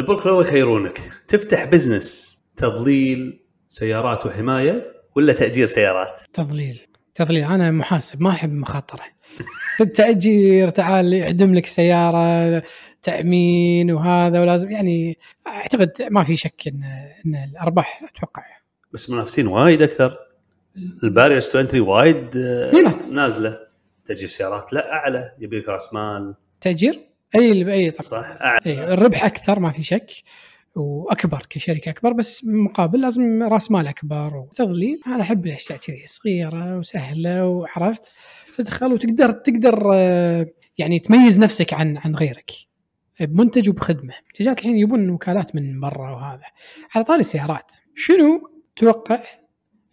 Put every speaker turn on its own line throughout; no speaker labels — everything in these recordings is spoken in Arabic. البركة يخيرونك تفتح بزنس تضليل سيارات وحمايه ولا تاجير سيارات؟
تضليل تضليل انا محاسب ما احب مخاطره التاجير تعال يعدم لك سياره تامين وهذا ولازم يعني اعتقد ما في شك ان ان الارباح اتوقع
بس منافسين وايد اكثر الباريرز تو انتري وايد آه،
لا.
نازله تاجير سيارات لا اعلى يبيك راس مال
تاجير اي اي طبعا
صح اعلى
إيه الربح اكثر ما في شك واكبر كشركه اكبر بس مقابل لازم راس مال اكبر وتضليل انا احب الاشياء كذي صغيره وسهله وعرفت تدخل وتقدر تقدر آه، يعني تميز نفسك عن عن غيرك بمنتج وبخدمه منتجات الحين يبون وكالات من برا وهذا على طاري السيارات شنو توقع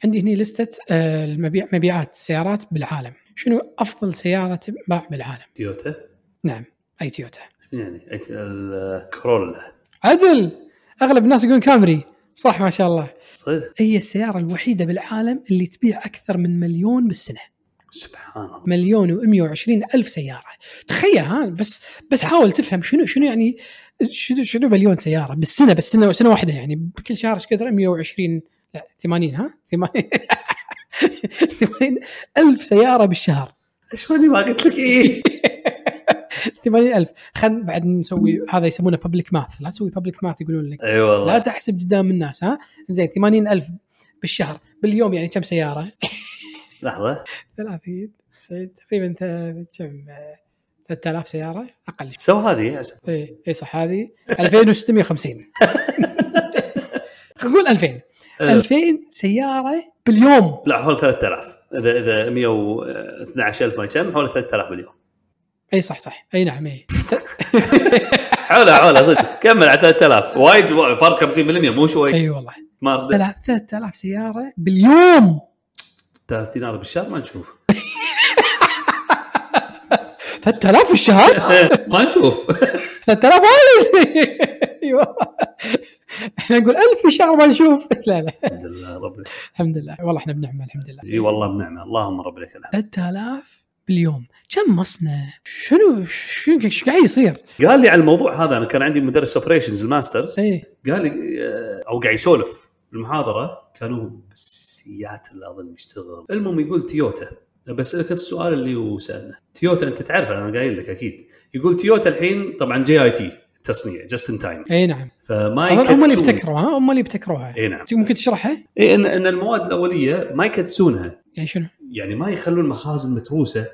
عندي هنا لستة آه، المبيع مبيعات السيارات بالعالم شنو افضل سياره تنباع بالعالم
تويوتا
نعم اي تويوتا
شنو يعني أي- الكورولا
عدل اغلب الناس يقولون كامري صح ما شاء الله
صدق
هي السيارة الوحيدة بالعالم اللي تبيع أكثر من مليون بالسنة
سبحان الله
مليون ومئة وعشرين ألف سيارة تخيل ها بس بس حاول تفهم شنو شنو يعني شنو شنو مليون سيارة بالسنة بس سنة سنة واحدة يعني بكل شهر ايش كثر 120 لا 80 ها 80 80 ألف سيارة بالشهر
ايش ماني ما قلت لك ايه
80000 خل بعد نسوي هذا يسمونه بابليك ماث لا تسوي بابليك ماث يقولون لك
اي والله
لا تحسب قدام الناس ها زين 80000 بالشهر باليوم يعني كم سياره؟
لحظه
30 90 تقريبا ت- كم 3000 سياره اقل
سو هذه عشان
اي اي إيه، صح هذه 2650 نقول 2000 2000 سياره باليوم
لا حول 3000 اذا اذا 112000 آه، ما كم حول 3000 باليوم
اي صح صح اي نعم اي
حوله حوله صدق كمل على 3000 وايد وايد، فرق 50% مو شوي
اي والله
ما رد-
ثلاث- 3000 سياره باليوم
3000 دينار بالشهر ما نشوف
3000 في الشهر
ما نشوف
3000 وايد اي والله احنا نقول 1000 في شهر ما نشوف لا لا
الحمد لله رب العالمين.
الحمد لله والله احنا بنعمه الحمد لله
اي والله بنعمه اللهم رب لك الحمد
3000 باليوم كم مصنع شنو شنو ايش قاعد يصير
قال لي على الموضوع هذا انا كان عندي مدرس اوبريشنز الماسترز
اي
قال لي آه، او قاعد يسولف المحاضره كانوا بسياتل اظن يشتغل المهم يقول تويوتا بسالك نفس السؤال اللي هو سالنا تويوتا انت تعرفه انا قايل لك اكيد يقول تويوتا الحين طبعا جي اي تي تصنيع جاست ان تايم
اي نعم
فما
أظن هم اللي
يكتسون-
ابتكروا ها هم اللي ابتكروها
اي نعم
ممكن تشرحها؟
اي ان ان المواد الاوليه ما يكتسونها
يعني شنو؟
يعني ما يخلون مخازن متروسه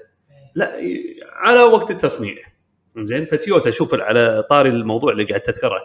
لا ي- على وقت التصنيع زين فتويوتا شوف على طاري الموضوع اللي قاعد تذكره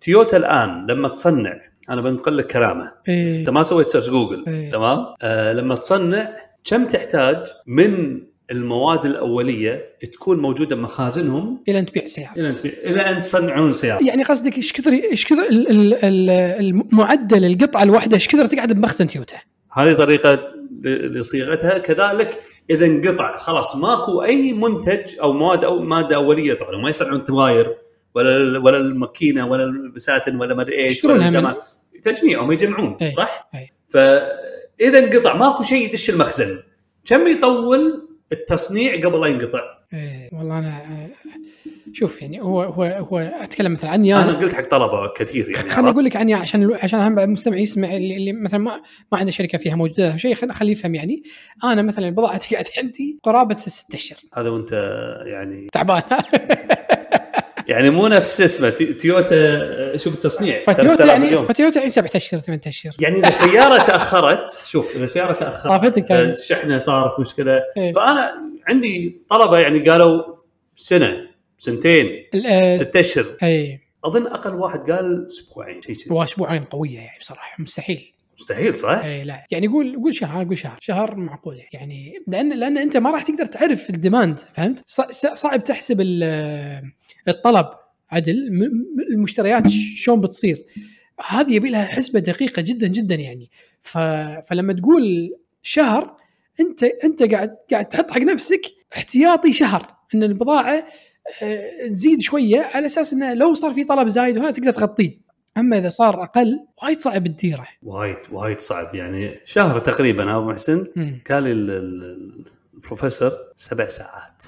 تويوتا الان لما تصنع انا بنقل لك كلامه
اي
انت ما سويت سيرش جوجل
إيه.
تمام آه لما تصنع كم تحتاج من المواد الاوليه تكون موجوده بمخازنهم
الى ان تبيع سياره
الى ان الى ان تصنعون سياره
يعني قصدك ايش كثر ايش كثر ال- ال- ال- المعدل القطعه الواحده ايش كثر تقعد بمخزن تويوتا؟
هذه طريقه ل- لصياغتها كذلك اذا انقطع خلاص ماكو اي منتج او مواد او ماده اوليه طبعا ما يصنعون تواير ولا ولا الماكينه ولا البساتن ولا ما ادري ايش ولا
يشترونها من-
الجمال تجميع هم يجمعون
إيه،
صح؟
إيه.
فاذا انقطع ماكو شيء يدش المخزن كم يطول التصنيع قبل لا ينقطع؟
إيه، والله انا آه، شوف يعني هو هو هو اتكلم مثلا عني انا
انا قلت حق طلبه كثير يعني
خليني
عرفت؟
اقول لك عني عشان الو- عشان هم بعد المستمع يسمع اللي, اللي مثلا ما ما عنده شركه فيها موجوده أو شيء خل- خليه يفهم يعني انا مثلا البضاعه تقعد عندي قرابه الست اشهر
هذا وانت يعني
تعبان
يعني مو نفس اسمه تي- تويوتا شوف التصنيع
فتويوتا
3000
يعني
اليوم.
فتويوتا يعني سبعة اشهر ثمانية اشهر
يعني اذا سياره تاخرت شوف اذا سياره تاخرت
طافتك
إذا
يعني.
الشحنه آه، صارت مشكله
إيه.
فانا عندي طلبه يعني قالوا سنه سنتين
ال- آه،
ست اشهر
اي
اظن اقل واحد قال اسبوعين شيء كذي
واسبوعين قويه يعني بصراحه مستحيل
مستحيل صح؟
اي لا يعني قول قول شهر قول شهر شهر معقول يعني لان لان انت ما راح تقدر تعرف الديماند فهمت؟ ص- ص- صعب تحسب ال- الطلب عدل م- م- المشتريات ش- شلون بتصير هذه يبي لها حسبه دقيقه جدا جدا يعني ف فلما تقول شهر انت انت قاعد قاعد تحط حق نفسك احتياطي شهر ان البضاعه آه، تزيد شويه على اساس انه لو صار في طلب زايد هنا تقدر تغطيه اما اذا صار اقل وايد صعب تديره
وايد وايد صعب يعني شهر تقريبا ابو محسن
مم.
قال لي ال- ال- البروفيسور سبع ساعات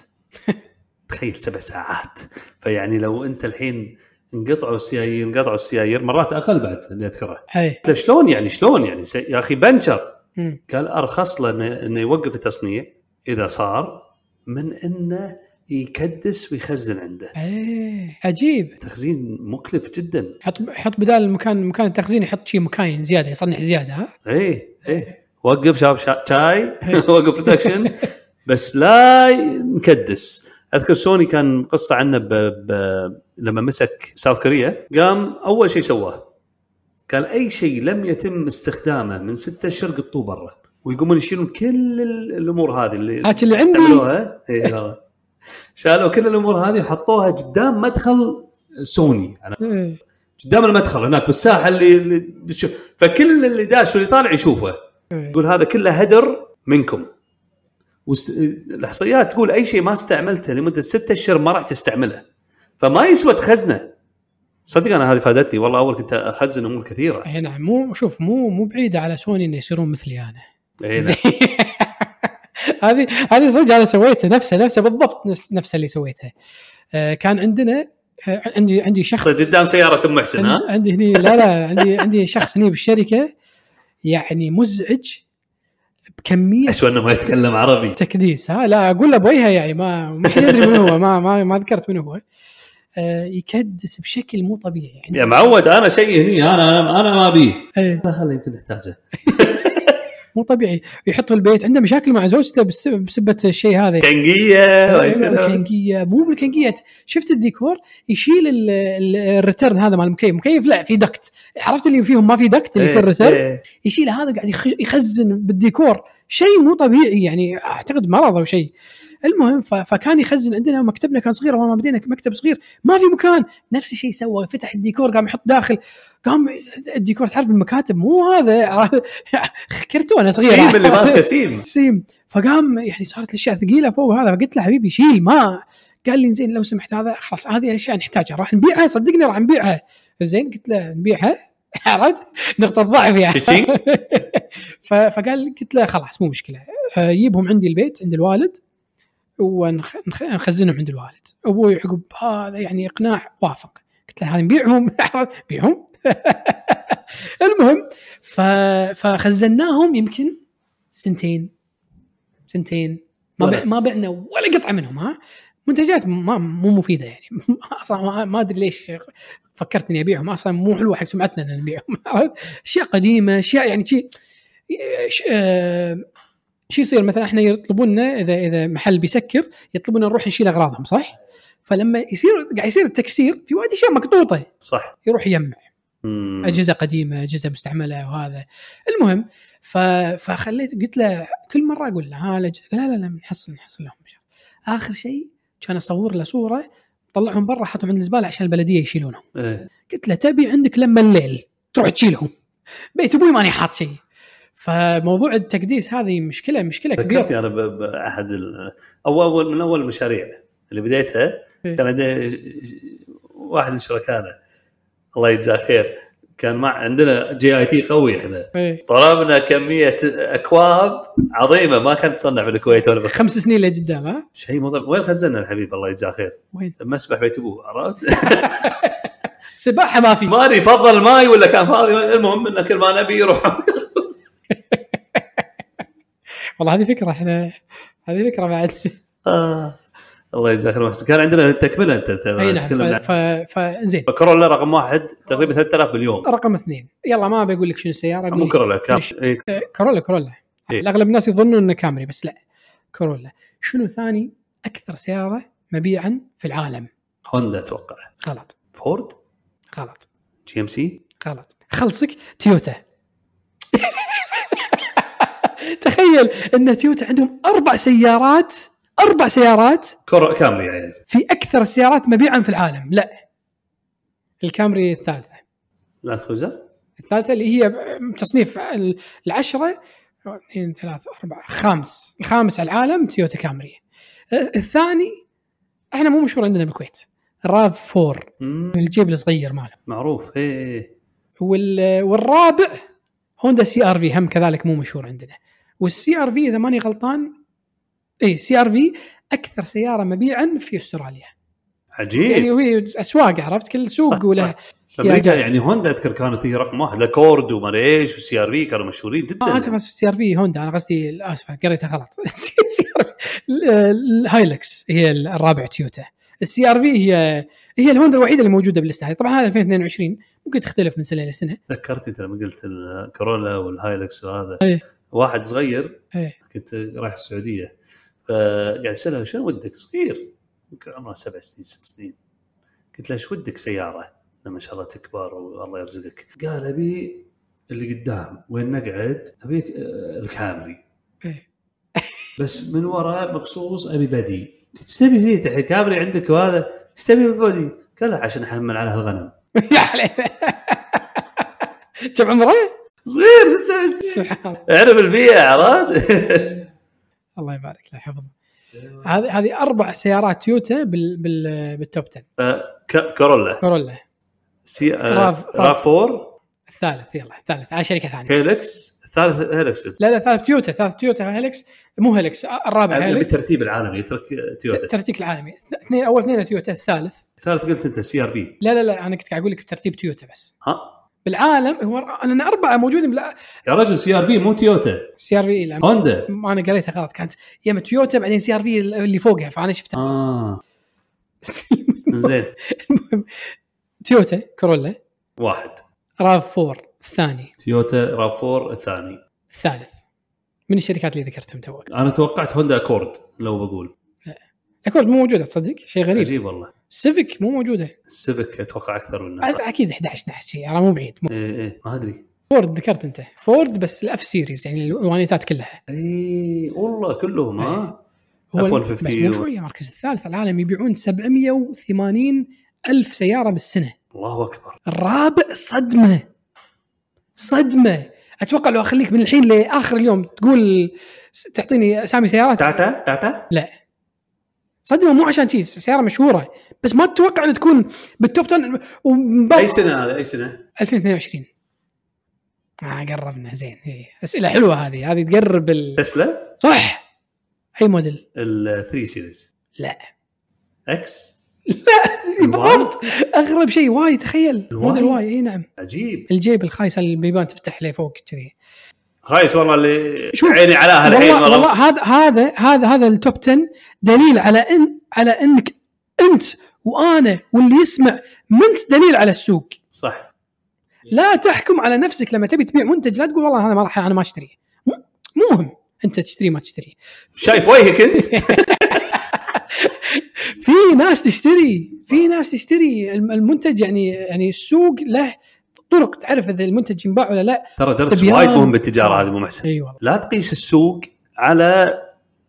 تخيل سبع ساعات فيعني لو انت الحين انقطعوا السيايير انقطعوا السيايير مرات اقل بعد اللي اذكره
اي
قلت له شلون يعني شلون يعني سي- يا اخي بنشر
مم.
قال ارخص له إنه- انه يوقف التصنيع اذا صار من انه يكدس ويخزن عنده
اي إيه، عجيب
تخزين مكلف جدا
حط حط بدال المكان مكان التخزين يحط شيء مكاين زياده يصنع زياده ها
ايه ايه وقف شاب شا- شاي وقف برودكشن بس لا نكدس اذكر سوني كان قصه عنه ب... ب... لما مسك ساوث كوريا قام اول شيء سواه قال اي شيء لم يتم استخدامه من ستة اشهر قطوه برا ويقومون يشيلون كل ال- الامور هذه اللي
هات اللي عندي.
عملوها اي والله شالوا كل الامور هذه وحطوها قدام مدخل سوني على
إيه.
قدام المدخل هناك بالساحه اللي, اللي تشوف- فكل اللي داش واللي طالع يشوفه
إيه.
يقول هذا كله هدر منكم وست... الاحصائيات تقول اي شيء ما استعملته لمده ستة اشهر ما راح تستعمله فما يسوى تخزنه صدق انا هذه فادتني والله اول كنت اخزن امور كثيره
اي نعم مو شوف مو مو بعيده على سوني انه يصيرون مثلي انا
إيه نعم.
هذه هذه صدق انا سويتها نفسها نفسها بالضبط نفس نفسها اللي سويتها آه، كان عندنا آه، عندي عندي شخص
نعم. قدام سياره ام محسن
عندي,
ها
عندي هني لا لا عندي عندي شخص هني بالشركه يعني مزعج بكميه
اشوى انه ما يتكلم عربي
تكديس ها لا اقول له بوجهه يعني ما ما حد يدري من هو ما ما, ما ذكرت من هو آه، يكدس بشكل مو طبيعي يعني.
يا معود انا شيء هني انا انا, أنا ما ابيه
إيه.
لا خلي يمكن نحتاجه
مو طبيعي يحط في البيت عنده مشاكل مع زوجته بس- بسبه الشيء هذا
كنقيه
الكنكيه مو بالكنكيه شفت الديكور يشيل ال- ال- الريتيرن هذا مال المكيف مكيف لا في دكت عرفت اللي فيهم ما في دكت اللي يصير ريتيرن
إيه.
يشيل هذا قاعد يخ- يخزن بالديكور شيء مو طبيعي يعني اعتقد مرض او شيء المهم ف- فكان يخزن عندنا مكتبنا كان صغير ما بدينا مكتب صغير ما في مكان نفس الشيء سوى فتح الديكور قام يحط داخل قام الديكور تعرف المكاتب مو هذا كرتونه صغيره
سيم اللي ماسكه سيم
سيم فقام يعني صارت الاشياء ثقيله فوق هذا فقلت له حبيبي شيل ما قال لي زين لو سمحت هذا خلاص هذه الاشياء نحتاجها راح نبيعها صدقني راح نبيعها زين قلت له نبيعها عرفت نقطة ضعف يعني
تشي.
ف- فقال قلت له خلاص مو مشكلة آه، جيبهم عندي البيت عند الوالد ونخزنهم عند الوالد ابوي عقب هذا يعني اقناع وافق قلت له هذه نبيعهم عرفت؟ بيعهم المهم ف... فخزناهم يمكن سنتين سنتين ما
ولا.
بع... ما بعنا ولا قطعه منهم ها منتجات ما مو مفيده يعني اصلا ما- ما ادري ليش فكرت اني ابيعهم اصلا مو حلوه حق سمعتنا ان نبيعهم عرفت؟ اشياء قديمه اشياء يعني شيء شو يصير مثلا احنا يطلبوننا اذا اذا محل بيسكر يطلبوننا نروح نشيل اغراضهم صح؟ فلما يصير قاعد يصير التكسير في وايد اشياء مقطوطه
صح
يروح يجمع
مم.
اجهزه قديمه اجهزه مستعمله وهذا المهم ف... فخليت قلت له كل مره اقول له ها الأجهزة- لا لا لا بنحصل نحصل لهم مش عارف. اخر شيء كان اصور له صوره طلعهم برا حطهم عند الزباله عشان البلديه يشيلونهم
إيه.
قلت له تبي عندك لما الليل تروح تشيلهم بيت ابوي ماني حاط شيء فموضوع التكديس هذه مشكله مشكله كبيره
ذكرتني انا ب- باحد ال- او اول من اول المشاريع اللي بديتها
إيه.
كان عندي ج- ج- واحد من شركائنا الله يجزاه خير كان مع عندنا جي اي تي قوي احنا
إيه.
طلبنا كميه اكواب عظيمه ما كانت تصنع بالكويت ولا بخ...
خمس سنين لقدام ها
شيء مضر وين خزنا الحبيب الله يجزاه خير
وين
مسبح بيت ابوه عرفت؟
سباحه ما في
ما ادري فضل ماي ولا كان فاضي المهم انه كل ما نبي يروح
والله هذه فكره احنا هذه فكره بعد
آه. الله يجزاه خير محسن. كان عندنا تكمله انت أنت
اي
تتكلم عن-
نعم ف... ف... فزين
كورولا رقم واحد تقريبا 3000 باليوم
رقم اثنين يلا ما بقول لك شنو السياره
مو
أقول لك
كورولا كان إيه،
كورولا كورولا
إيه.
اغلب الناس يظنون انه كامري بس لا كورولا شنو ثاني اكثر سياره مبيعا في العالم
هوندا اتوقع
غلط
فورد
غلط
جي ام سي
غلط خلصك تويوتا تخيل ان تويوتا عندهم اربع سيارات اربع سيارات
كور كامري يا عيال
في اكثر السيارات مبيعا في العالم لا الكامري الثالثه
لاند كروزر
الثالثه اللي هي تصنيف ال- العشره اثنين ثلاثة أربعة خامس الخامس على العالم تويوتا كامري آه، الثاني احنا مو مشهور عندنا بالكويت راف فور
مم،
الجيب الصغير ماله
معروف ايه
وال- والرابع هوندا سي ار في هم كذلك مو مشهور عندنا والسي ار في اذا ماني إيه، غلطان اي سي ار في اكثر سياره مبيعا في استراليا
عجيب
يعني وهي اسواق عرفت كل سوق
إيه. صح،
وله
صح. امريكا
يعني-
يعني هوندا اذكر كانت هي رقم واحد لا كورد وما ادري ايش وسي ار في كانوا مشهورين جدا
آه اسف اسف سي ار في هوندا انا قصدي اسف قريتها غلط سي ار الهايلكس هي الرابع تويوتا السي ار في هي هي الهوندا الوحيده اللي موجوده باللسته هذه. طبعا هذا 2022 ممكن تختلف من سنه لسنه
تذكرت انت لما قلت الكورولا والهايلكس وهذا
إيه.
واحد صغير
إيه.
كنت رايح السعوديه فقاعد اساله شنو ودك صغير يمكن عمره سبع سنين ست سنين قلت له ايش ودك سياره لما ان شاء الله تكبر والله يرزقك قال ابي اللي قدام وين نقعد ابيك آه، الكامري
إيه.
بس من وراء مقصوص ابي بدي قلت ايش تبي فيه تحت كامري عندك وهذا ايش تبي بدي قال لا عشان احمل على هالغنم
يا عليه. كم عمره؟
صغير ست سبع سنين
سبحان الله
اعرف البيئه عرفت؟
الله يبارك له يحفظه هذه هذه اربع سيارات تويوتا بال بال بالتوب 10
ك- كورولا آه،
كورولا
سي
راف- راف.
راف 4
الثالث يلا الثالث على شركه ثانيه
هيلكس ثالث هيلكس
لا لا ثالث تويوتا ثالث تويوتا هيلكس مو هيلكس الرابع
يعني
هيلكس
بالترتيب العالمي اترك تويوتا
الترتيب العالمي الث- اثنين اول اثنين تويوتا الثالث
ثالث قلت انت سي ار في
لا لا لا انا كنت قاعد اقول لك بترتيب تويوتا بس
ها
بالعالم هو ر- لان اربعه موجودين بلا
يا رجل سي ار في مو تويوتا
سي ار في لا
هوندا
ما انا قريتها غلط كانت يا إما تويوتا بعدين سي ار في اللي فوقها فانا شفتها
اه زين
تويوتا كورولا
واحد
راف 4 الثاني
تويوتا راف 4 الثاني
الثالث من الشركات اللي ذكرتهم توك
انا توقعت هوندا اكورد لو بقول
اكورد مو موجوده تصدق شيء غريب
عجيب والله
سيفيك مو موجوده
السيفك اتوقع اكثر من
أت- اكيد 11 12 شيء انا مو بعيد مو-
ايه ايه ما ادري
فورد ذكرت انت فورد بس الاف سيريز يعني الوانيتات كلها
اي إيه، والله كلهم ها
إيه. هو
F-150
بس مو شويه المركز الثالث العالم يبيعون 780 الف سياره بالسنه
الله اكبر
الرابع صدمه صدمه اتوقع لو اخليك من الحين لاخر اليوم تقول س- تعطيني اسامي سيارات
تاتا تاتا
صدمه مو عشان شيء سياره مشهوره بس ما تتوقع ان تكون بالتوب 10 ومبارك-
اي سنه هذا اي سنه
2022 آه قربنا زين هي. اسئله حلوه هذه هذه تقرب ال...
تسلا
صح اي موديل
ال 3 سيريز
لا إيه،
اكس الواي؟
بالضبط اغرب شيء واي تخيل
الواي؟
موديل واي اي نعم
عجيب
الجيب الخايس اللي البيبان تفتح له فوق كذي
خايس والله اللي
شوف،
عيني عليها الحين
والله, والله
والله
هذا هذا هذا هذا التوب 10 دليل على ان على انك انت وانا واللي يسمع منت دليل على السوق
صح
لا تحكم على نفسك لما تبي تبيع منتج لا تقول والله هذا ما راح انا ما اشتريه مو- مو مهم انت تشتري ما تشتري
شايف وجهك
طيب،
انت
في ناس تشتري في ناس تشتري الم- المنتج يعني يعني السوق له طرق تعرف اذا المنتج ينباع ولا لا
ترى درس
تبيان.
وايد مهم بالتجاره هذه مو محسن
اي والله
لا تقيس السوق على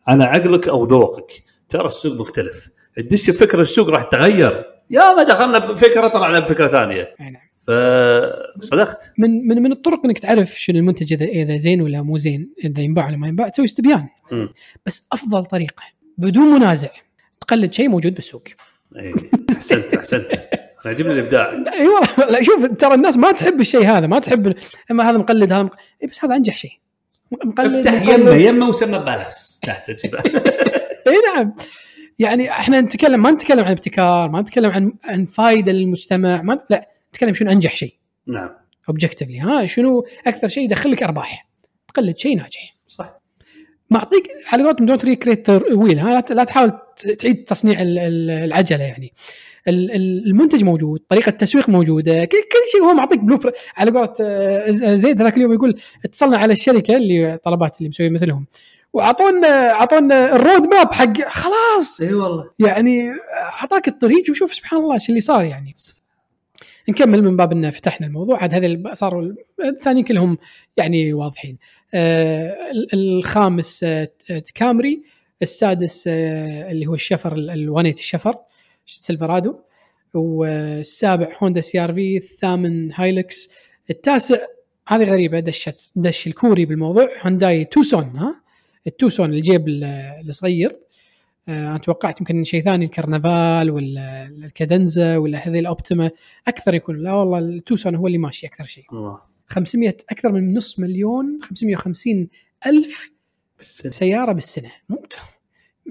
على عقلك او ذوقك ترى السوق مختلف تدش بفكره السوق راح تغير يا ما دخلنا بفكره طلعنا بفكره ثانيه
أي نعم
فصدقت
من من من الطرق انك تعرف شنو المنتج اذا اذا زين ولا مو زين اذا ينباع ولا ما ينباع تسوي استبيان
مم.
بس افضل طريقه بدون منازع تقلد شيء موجود بالسوق
إيه، احسنت احسنت انا عجبني الابداع
اي والله أيوة، لا شوف ترى الناس ما تحب الشيء هذا ما تحب اما هذا مقلد هذا مقلد. إي بس هذا انجح شيء مقلد
افتح
مقلد.
يمه يمه وسمى بالانس تحت
اي نعم يعني احنا نتكلم ما نتكلم عن ابتكار ما نتكلم عن عن فائده للمجتمع ما نت- لا نتكلم شنو انجح شيء
نعم
اوبجكتفلي ها شنو اكثر شيء يدخل لك ارباح تقلد شيء ناجح
صح
معطيك على قولتهم دونت ريكريت ويل ها لا ت- لا تحاول ت- تعيد تصنيع ال- ال- العجله يعني ال- ال- المنتج موجود طريقه التسويق موجوده كل, كل شيء هو معطيك بلو بري- على قولة آه، ز- زيد ذاك اليوم يقول اتصلنا على الشركه اللي طلبات اللي مسوي مثلهم واعطونا اعطونا الرود ماب حق خلاص
اي والله
يعني اعطاك الطريق وشوف سبحان الله ايش اللي صار يعني نكمل من باب ان فتحنا الموضوع عاد هذا اللي صاروا ال- الثانيين كلهم يعني واضحين آه ال- الخامس آه ت- كامري السادس آه اللي هو الشفر ال- الوانيت الشفر سيلفرادو والسابع هوندا سي ار في الثامن هايلكس التاسع هذه غريبه دشت دش الكوري بالموضوع هونداي توسون ها التوسون الجيب ال- الصغير آه، انا توقعت يمكن شيء ثاني الكرنفال ولا الكادنزا ولا هذه الاوبتيما اكثر يكون لا والله التوسون هو اللي ماشي اكثر شيء
الله
500 اكثر من نص مليون 550 الف
بس
سياره بالسنه مو-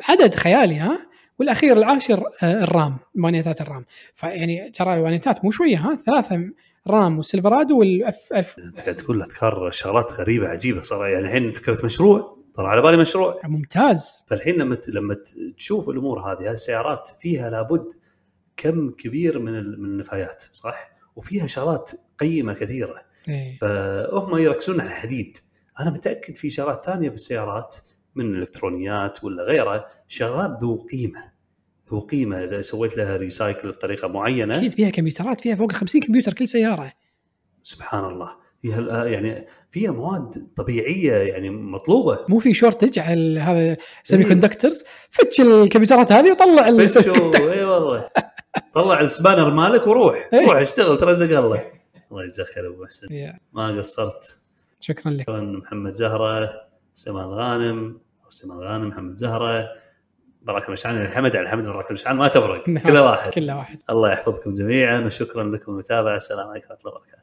عدد خيالي ها والاخير العاشر آه، الرام مانيتات الرام فيعني ترى المانيتات مو شويه ها ثلاثه رام والسلفرادو والاف اف
انت قاعد تقول اذكار شغلات غريبه عجيبه صراحه يعني الحين فكره مشروع طلع على بالي مشروع
ممتاز
فالحين لما ت- لما ت- تشوف الامور هذه هالسيارات فيها لابد كم كبير من ال- من النفايات صح؟ وفيها شغلات قيمه كثيره
إيه.
فهم يركزون على الحديد انا متاكد في شغلات ثانيه بالسيارات من الالكترونيات ولا غيرها شغلات ذو قيمه ذو قيمه اذا سويت لها ريسايكل بطريقه معينه
اكيد فيها كمبيوترات فيها فوق 50 كمبيوتر كل سياره
سبحان الله فيها الآ- يعني فيها مواد طبيعيه يعني مطلوبه
مو في شورتج على هذا سيمي
إيه.
كوندكترز فتش الكمبيوترات هذه وطلع ال-
بتشو اي والله طلع السبانر مالك وروح
إيه.
روح اشتغل ترزق الله الله يتذكر ابو محسن
يا،
ما قصرت
شكرا لك
شكرا محمد زهره سمان غانم او سمان غانم محمد زهره براك المشعل الحمد على الحمد براك المشعل ما تفرق
نعم.
كل واحد
كل واحد
الله يحفظكم جميعا وشكرا لكم المتابعه السلام عليكم ورحمه الله وبركاته